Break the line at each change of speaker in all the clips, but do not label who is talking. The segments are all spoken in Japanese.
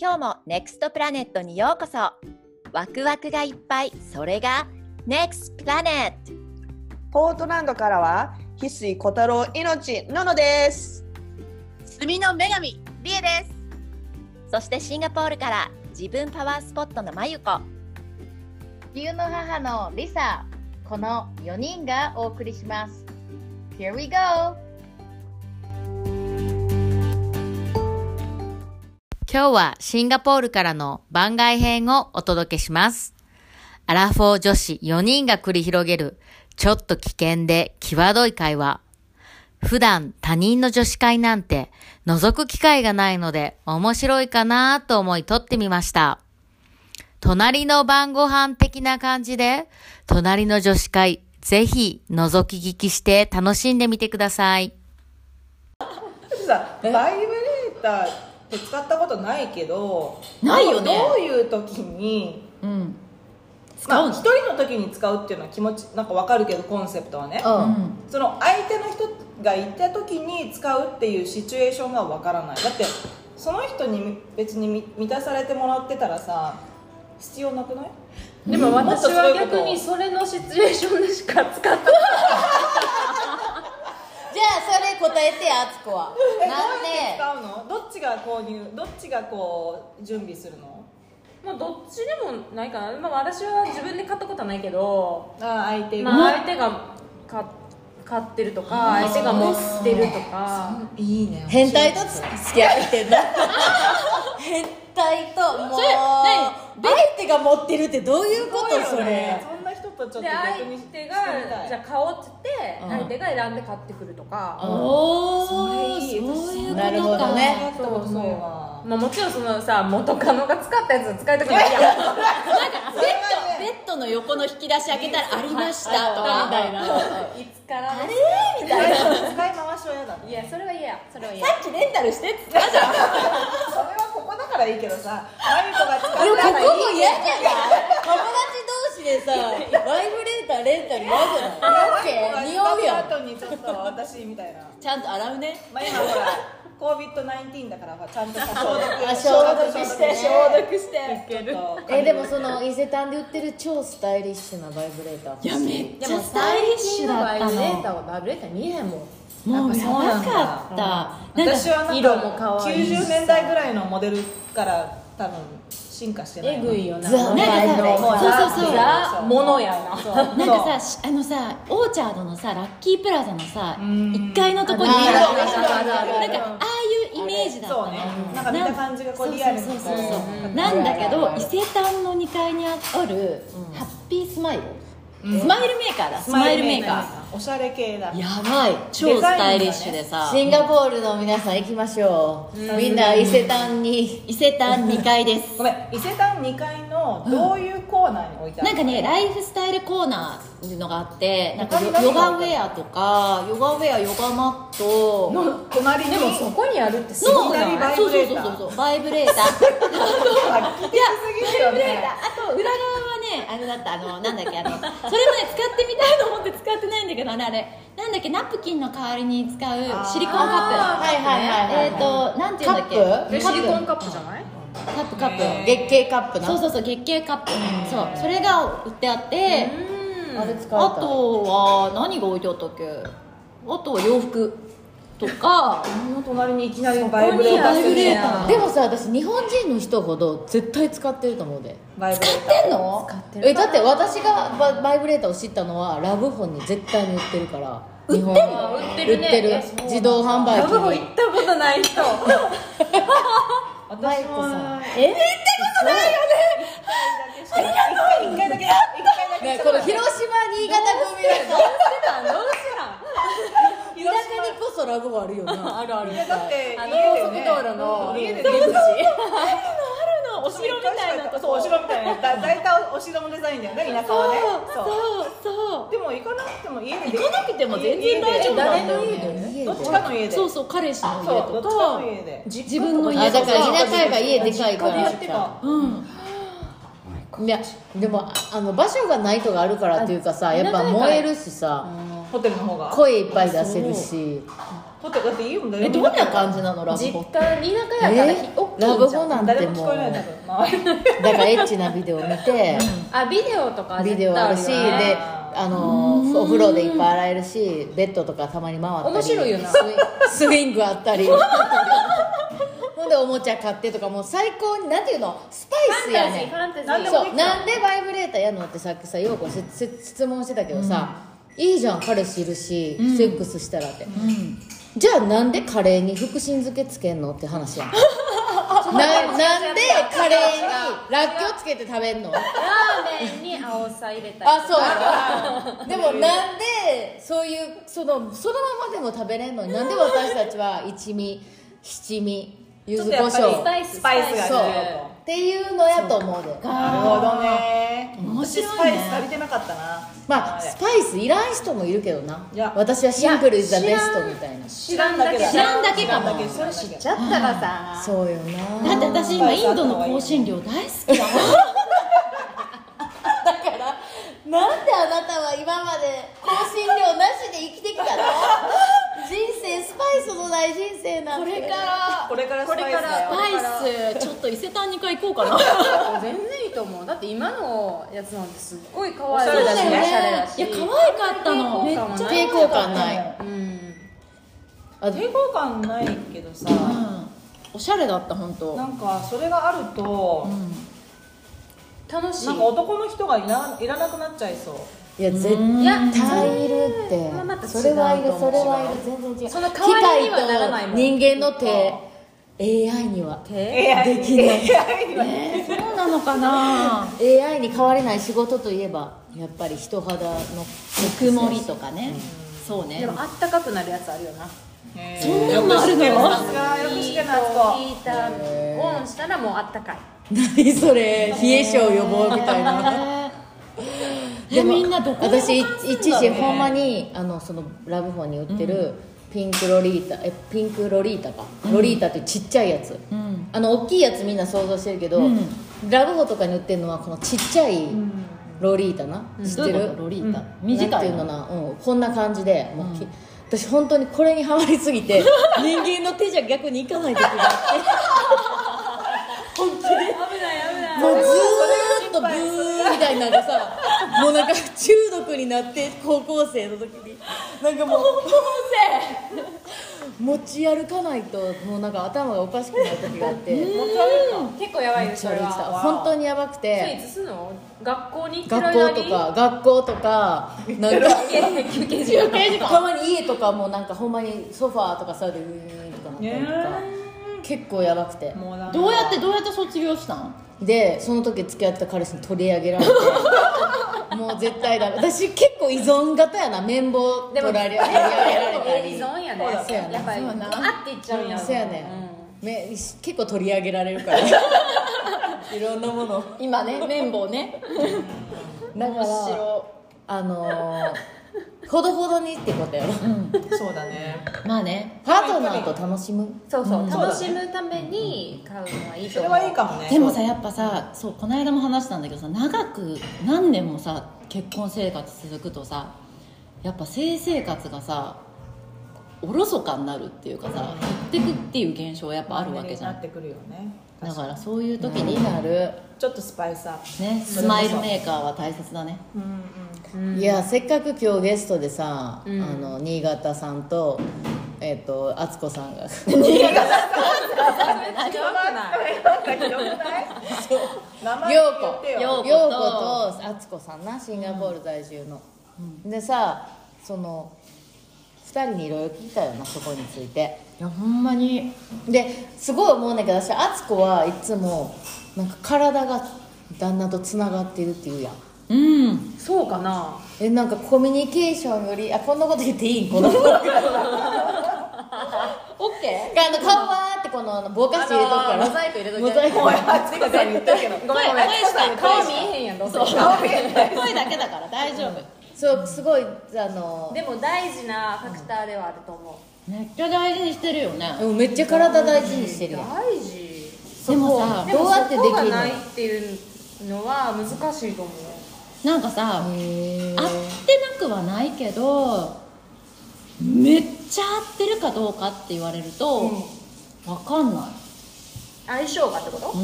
今日も NEXT プラネットにようこそワクワクがいっぱいそれが NEXT プラネット
ポートランドからは翡翠小太郎命ののです
墨の女神リエです
そしてシンガポールから自分パワースポットのまゆこ
地球の母のリサこの4人がお送りします Here we go!
今日はシンガポールからの番外編をお届けします。アラフォー女子4人が繰り広げるちょっと危険で際どい会話。普段他人の女子会なんて覗く機会がないので面白いかなと思い撮ってみました。隣の晩ご飯的な感じで隣の女子会ぜひ覗き聞きして楽しんでみてください。
さバイブレーターって使ったことないけど
ないよね
どういう時に
うん
ま
使う
あ
の
一人の時に使うっていうのは気持ちなんかわかるけどコンセプトはね
うん
その相手の人がいた時に使うっていうシチュエーションがわからないだってその人に別に満満たされてもらってたらさ必要なくない
でも私は
もっとそう
逆
いう
に
こ
それのシチュエーションでしか使って
じゃあそれ答えてあつこは
えどう
なん
やっ
で
て使うのどっちが購入どっちがこう準備するの
まあどっちでもないかな、まあ、私は自分で買ったことはないけど、
あ相手が、
まあ、相手が買買ってるとか相手が持ってるとか
いいね
変態とつ付き合ってんだ変態ともう
それ
相手が持ってるってどういうこと
す
そ
ごいよ
れ
ねそんな人とちょっと
で
逆に
相
して
手
み
が
たい
じゃあ買おうっつって相手が選んで買ってくるとか
お
ーそれいいそういうこと
かなるほどね
やったことないわ
まあ、もちろんそのさ元カノが使ったやつ使いたくない やん
ベッ
ベッドの横の引き出し開けたらありましたとかみたいなさ
いつからです
ド使い回しは嫌だ
いやそれは嫌やそれは嫌
っきレンタルしてっつって
それはここだからいいけどさマミコが使った
いやこ
らいい
こも嫌じゃない友達同士でさバイブレーターレンタル嫌じゃないオッケー
匂
匂うよ
後にちょっと私みたいな
ちゃんと洗うね
まあ今ほら COVID-19 だからほらちゃんとさ消毒
あ消毒してね
消毒していける
えでもその伊勢丹で売ってる超スタイリッシュなバイブレーターいやめっ
でもスタイリッシュだったのバイブレーター見えへんもん
もうやば
なんだ
かった
私は
色も
なん
可
か
愛いし
90年代ぐらいのモデルから多分進化してない
えぐいよな
ザなんか
もう
さそうそうそう
ザ
ものやな
そう
なんかさしあのさオーチャードのさラッキープラザのさ
ん
1階のとこに
あ
ある
るあるあ
なん
る
かああいうイメージだった
そう
の
ねなんか見た感じがこうリアルにこ
そうそうそうそうなんだけ
あ
ど
るあ
伊
る
勢丹の2階にあるハッピースマイルスマイルメーカーだスマイルメーカ
ーおしゃれ系だ
ーやばい超スタイリッシュでさ
シンガポールの皆さん行きましょうみんな伊勢丹に
伊勢丹2階です
ごめん伊勢丹2階のどういうコーナーに置いてあ
な
る
んかねライフスタイルコーナーっていうのがあってなんか
他に
ヨ
何
ヨ
が
ガウェアとかヨガウェアヨガマットの
隣に
でもそこにあるってすごい
いきなり
な
バイ
そう
ブ
そ
レ
う
ーター
そうそうそうバイブレーター
画期的すぎるよね
あと裏側はねあれだったあのなんだっけあのそれもね使ってみたいと思って使ってないんだけどねあれなんだっけナプキンの代わりに使うシリコンカップ
はいはいはいはい
えっ、となんていうんだっけ
カップ
でシリコンカップじゃない
カップカップ
月経カップな
そうそうそう月経カップそうそれが売ってあって
あれ使えた
あとは何が置いてあったっけあとは洋服とか
この隣にいきなりバイブレーターするじゃん
でもさ私日本人の人ほど絶対使ってると思うで
バイブレーター
使ってんのえだって私がババイブレーターを知ったのはラブホンに絶対に売ってるから売ってる売ってる,、自動販売機に
ったことない人
え行ったことない
私も
よ
一回だけ一回だけ
ねこの広島新潟組は 田舎にこそラブホンあるよなあるある
いやだって
あの
家でね
高速道路の
家で出口
お城みたいなと
そうお城みたいなだ大体お城のデザインだよね田舎はねそう
そうそう
でも行かなくても家で
行かなくても全然大丈夫
な
なんん
だ
だ
よ
よ
ねどっちかの家で
そうそう彼氏の
そう
家
どっ
と
ちか
か
の家で
自分の
あ
家
だ
と
から
か
田舎やから家でかいから
やってた
うん
いやでもああの場所がないとかあるからっていうかさやっぱ燃えるしさ
ホテルの方が
声いっぱい出せるし
だってだって家も誰
え
も
どん
いない
な感じなのラブ
実
ホ
家田舎やからひ
え
大きいじゃ
ラ
ん
ブホなん
誰
て
も
も
聞
う
こえない多分周り
だからエッチなビデオ見て
あビデオとか
ビ
絶
デ
対
オあるし
よね
であのお風呂でいっぱい洗えるしベッドとかたまに回ったり
面白いよな
スイ スイングあったりほんでおもちゃ買ってとかもう最高になんていうのスパイスやねん
ファンタジーファ
な
ン
ん
タ
で
ジー
も
そうなんでバイブレーターやんのってさっきさようこせせ質問してたけどさ、いいじゃん彼氏いるし、セックスしたらって、じゃあなんでカレーに福神漬けつけんのって話やんななんでカレーにらっきょうつけて食べんの
ラーメンに青さ入れたり
あそうやろでもなんでそういうそのそのままでも食べれんのになんで私たちは一味七味柚
ちょ
子
っ
胡
とやっぱり
椒
スパイスが必
そう
要と
っていうのやと思うで
なるほどね私スパイス足りてなかったな
まあ
れ
スパイスいらん人もいるけどない
や
私はシンプルイズザベストみたいな
知らんだけだ
知らんだけかも
知らんだけそれ知らんだけ
ちゃったらさ
そうよ
だっ
な
て私今インドの香辛料大好きだもん
なんであなたは今まで香辛料なしで生きてきたの人生スパイスのない人生なん
こ
て
れから
これからスパイスだよ
アイスちょっと伊勢丹に買い行こうかな
全然いいと思うだって今のやつなんてすっごい可
お
愛い
しゃれだしね
おしゃれだし
いや可愛かったの
めっちゃ
抵抗感ない
うん
あ
抵抗感ないけどさ、
おしゃれだった本当
なんかそれがあると、
楽しい
なんか男の人がいないらなくなっちゃいそう
いや絶対
いや
いるって
まあまた違うと思う
それはいるそれはいる全然違う
その代わりにはならないもん
機械と人間の手 AI には
手
AI
できない
そうなのかな
AI に変われない仕事といえばやっぱり人肌の
曇りとかねそうね
でもあったかくなるやつあるよな
そんなのあるのさすがよくして夏子
ヒーターオンしたらもうあったかい
何それ冷え性予防みたいな
えみんなどこでも
私い一時ほんまにあのそのラブホンに売ってるピンクロリータえピンクロリータか、ロリータっていうちっちゃいやつ、あの大きいやつみんな想像してるけど、ラブホとかに売ってるのはこのちっちゃいロリータな、知って
どうい
る
うことロリータ
うん
短い
なんてい
の
うのな、うん、こんな感じでもうき、私本当にこれにハマりすぎ て人間の手じゃ逆にいかない時があってもうずーっとブーみたいなのがさもうなんか中毒になって高校生の時になんかもう高校生持ち歩かないともうなんか頭がおかしくなる時があって持
結構やばいよ
ち
そ
歩
れ
いてた
は
本当にやばく
スイー
て
ツすんの学校に行ってる
学
間
校
に
とか学校とかなんか
休憩時間
たまに家とかもなんかほんまにソファーとかさでウィーンとかなったりとか結構やばくて
もうなんか
どうやってどうやって卒業したん
でその時付き合ってた彼氏に取り上げられてもう絶対ダメ私結構依存型やな綿棒取られ取り上げられた
依
り
存やね
そうやね
っぱりあっていっちゃうんや
そうやね、め結構取り上げられるからいろんなもの
今ね綿棒ね
だからあのーほどほどにってことやろ
そうだね
まあね
パートナーと楽しむ
そうそう、
ん
楽しむために買うのはいい
そ
と
れ
思う
はいいかもね
でもさやっぱさそうこの間も話したんだけどさ長く何年もさ結婚生活続くとさやっぱ性生活がさおろそかになるっていうかさ減ってくっていう現象やっぱあるわけじゃ
になんってくるよね
だからそういう時
気
に
になる、
ちょっとスパイスアップ
ねスマイルメーカーは大切だね
うんうん
いやせっかく今日ゲストでさ、あの新潟さんとえっ、と敦子さんが
名前
よ
言ってよ
うこようこと敦子さんなシンガポール在住の、でさその2人にいろいろ聞いたよなそこについて
いやほんまに
ですごい思うねんだけど私敦子はいつもなんか体が旦那とつながってるっていうやん
うん
そうかな
えなんかコミュニケーションよりあこんなこと言っていいんこのオッケーあの顔はーってこのあのボーカス入れとくから、
あのーモザイク入れといて
モザイク
あつかさん言ったけどごめんごめん
顔見えへんやんどうせ
声だけだから大丈夫
そうすごいあの
でも大事なファクターではあると思
めっちゃ大事にしてるよね
でもめっちゃ体大事にして
う
るやん
大事
でもさ
でも
どうやってできるの
そこがないっていうのは難しいと思う
なんかさ
へー
あってなくはないけどめっちゃ合ってるかどうかって言われると、わかんない
相性がってこと
う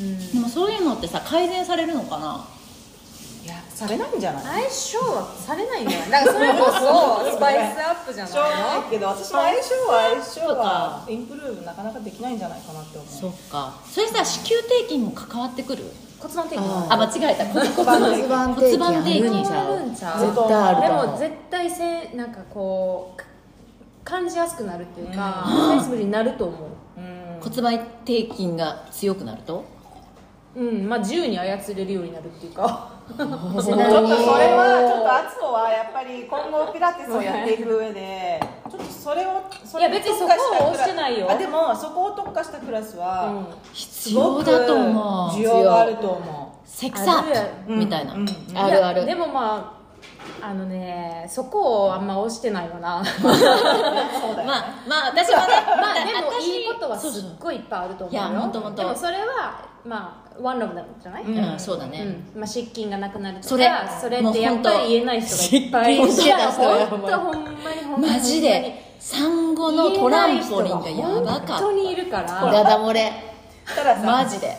んでもそういうのってさ改善されるのかない
やされないんじゃない
相性はされないんじゃないだからそれこそスパイスアップじゃ
しょうが
ないの
ないけど私も相性は相性はインプルーブなかなかできないんじゃないかなって思う
そっかそれさ子宮底筋も関わってくる
骨盤的
あ
に
あ間違えた骨
盤
骨盤底筋
骨盤底筋
あるんちゃう
あるんちゃう
絶対ある
で
と思う
も絶対せなんかこうか感じやすくなるっていうか、久しぶりになると思
うん
骨盤底筋が強くなると
ううんまあ自由に操れるようになるっていうか
ちょっとそれはちょっと敦子はやっぱり今後ピラティスをやっていく上でちょっとそれをそれ
いや別に
特化した
そこを
クラ
押してないよ
あでもそこを特化したクラスは
必
すご
要
く
だと思
需
う
要があると思
セクサ
ある
ーみたいな、
うんうん
あるある
でもまああのねそこをあんま押してないよな
まあまあ私はね
まあでも
私
いいことは
そうそ
す
う
っごいいっぱいあると思うよ
いやほんとほんと
でもそれはまあワンラブなんじゃない、
うんうんそうだね、
うんまあ、失禁がなくなるとか
それ
それってやっぱり言えない人がいっぱいい
もう
る
本当失禁してた人がやばい
本当ほんまにほんまに
マジで産後のトランポリンがやばか
本
っ
当にいるから
たダダ漏れ
うたださ
マジで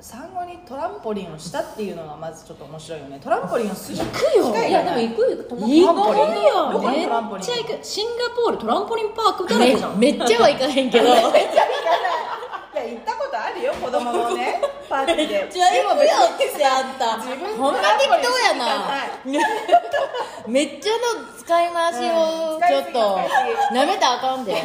産後にトランポリンをしたっていうのがまずちょっと面白いよねトランポリンをする機
行くよ
会
い
が
やで
な
も
い
行くよとも
行
ト
く
ど
よ
こに
めっ
トランポリン
ちゃ行くシンガポールトランポリンパークだらけじゃん
めっちゃはいかへんけど
いや行ったことあるよ子供のねパーティーで
めっちゃ行くよってあった
ほんま適当やなめっちゃの使い回しをちょっとなめたらあかんでめっ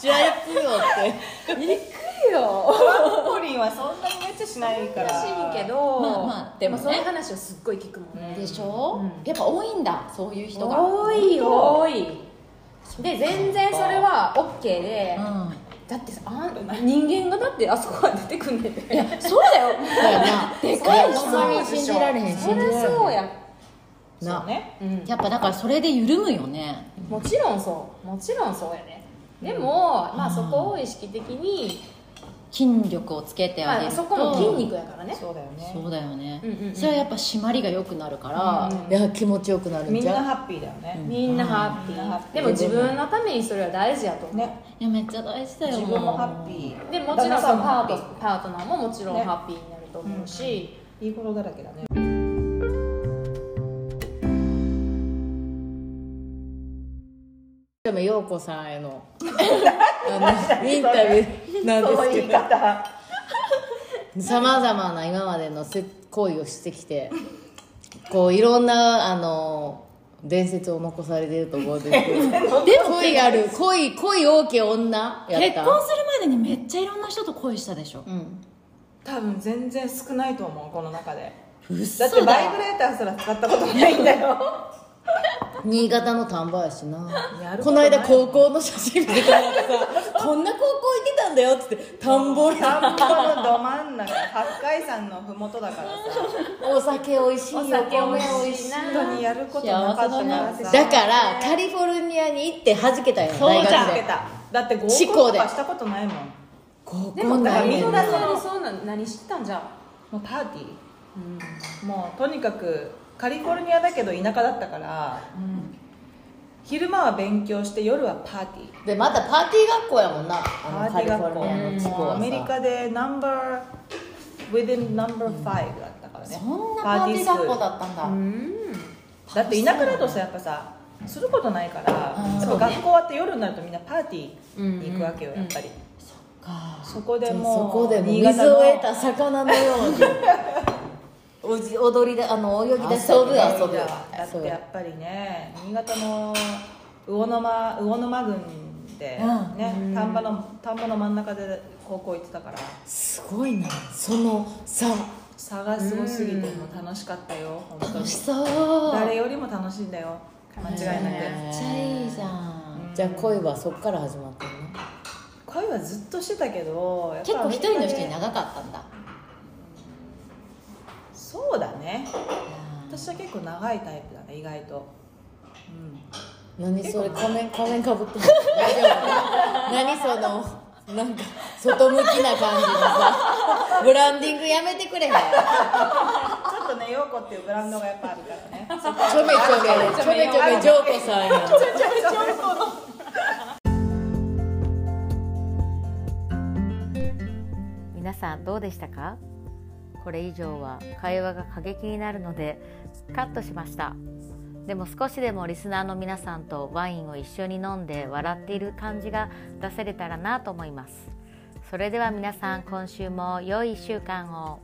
ちゃ行くよって
トランポリンはそんなにめっちゃしないから
しいけど
まあまあでもね
そういう話をすっごい聞くもんね
でしょ、やっぱ多いんだそういう人が
多い多いで全然それは OK で、
う
だってさあん人間がだってあそこから出てくんねんでいや
ん、そうだ よ
そうやな
で
い
かい
ほんまに信じられへん
そ
信じら
り
れ
ゃ
へん
そうや
そう
な
ね
やっぱだからそれで緩むよね
もちろんそうもちろんそうやねでも、まあそこを意識的に、
筋力をつけてあげ
まあ、
ると、
そこも筋肉やからね
そうだよね
そうだよね、
うんうんうん
それはやっぱ締まりが良くなるから、
いや気持ちよくなるん
みん
じ
な
ゃう
ハッピーだよね、
みんなハッピ
みんなハッピー
ーでも自分のためにそれは大事やと思う、
ね
いやめっちゃ大事だよ
自分もハッピー
でもちろん
旦那
そ
さ
の
も
パ
ハ
ー
ッ
トパートナーももちろんハッピーになると思うし、
ピーいい頃だらけだね
でも陽子さん へのあのインタビューなんですけど
方
さまざまな今までのせ行為をしてきてこういろんなあの伝説を残されてると思うんですけどで も恋がある恋恋多き女やった
結婚するまでにめっちゃいろんな人と恋したでしょ、
うん
多分全然少ないと思うこの中で
う
だってバイブレーターすら使ったことないんだよ
新潟の丹波やしな
やるこ
ことの
ない
間高校の写真見てたらさ「こんな高校行ってたんだよ」っつって田んぼに
田んぼのど真ん中八海山のふもとだからさ
お酒おいしいお
酒美味しい
米美味しい
本当にやることなかったからさ
だからカリフォルニアに行って弾けたよ
そう
大
じゃん
学
受け
で
ただって合コ
思考
ンと
で
かしたことないもん
高
で
校
もだか
な
ら
い
み
ね
ん
ん
な
な
それそうなん何知ったんじゃん
もうパーティー、もうとにかくカリフォルニアだけど田舎だったから、昼間は勉強して夜はパーティー
でまたパーティー学校やもんな
パ
あの
ー
カ
ティ
リ
ー
フ
学
ォルニアの地
校
方
もう
は
アメリ
さ
カでナンバー within ナンバー5だったからね
そんなパーティー学校だったんだ、
だって田舎だとさやっぱさすることないからやっぱ学校終わって夜になるとみんなパーティーに行くわけよやっぱり、そこで
そ
もう
こでも
新潟
水
の
を得た魚のようにおじ踊りであの泳ぎで遊ぶ遊ぶ
だってやっぱりね新潟の魚沼魚沼郡で、ね田んぼの田んぼの真ん中で高校行ってたから
すごいなそのさ
差がすごすぎてもう楽しかったよ本当に
そう
誰よりも楽しいんだよ間違いなく、
めっちゃいいじゃん
じゃあ恋はそっから始まったのね
恋はずっとしてたけどやっぱ
結構一人の人に
アメリカで
長かったんだ
そうだね私は結構長いタイプだね意外と、
何それ仮面仮面かぶってる何そのなんか外向きな感じのさブランディングやめてくれへん
ちょっっとね陽子っていうブランドがやっぱあるからね
ちょめちょめちょめちょめジョーコさんや
皆さんどうでしたかこれ以上は会話が過激になるのでカットしましたでも少しでもリスナーの皆さんとワインを一緒に飲んで笑っている感じが出せれたらなと思いますそれでは皆さん今週も良い1週間を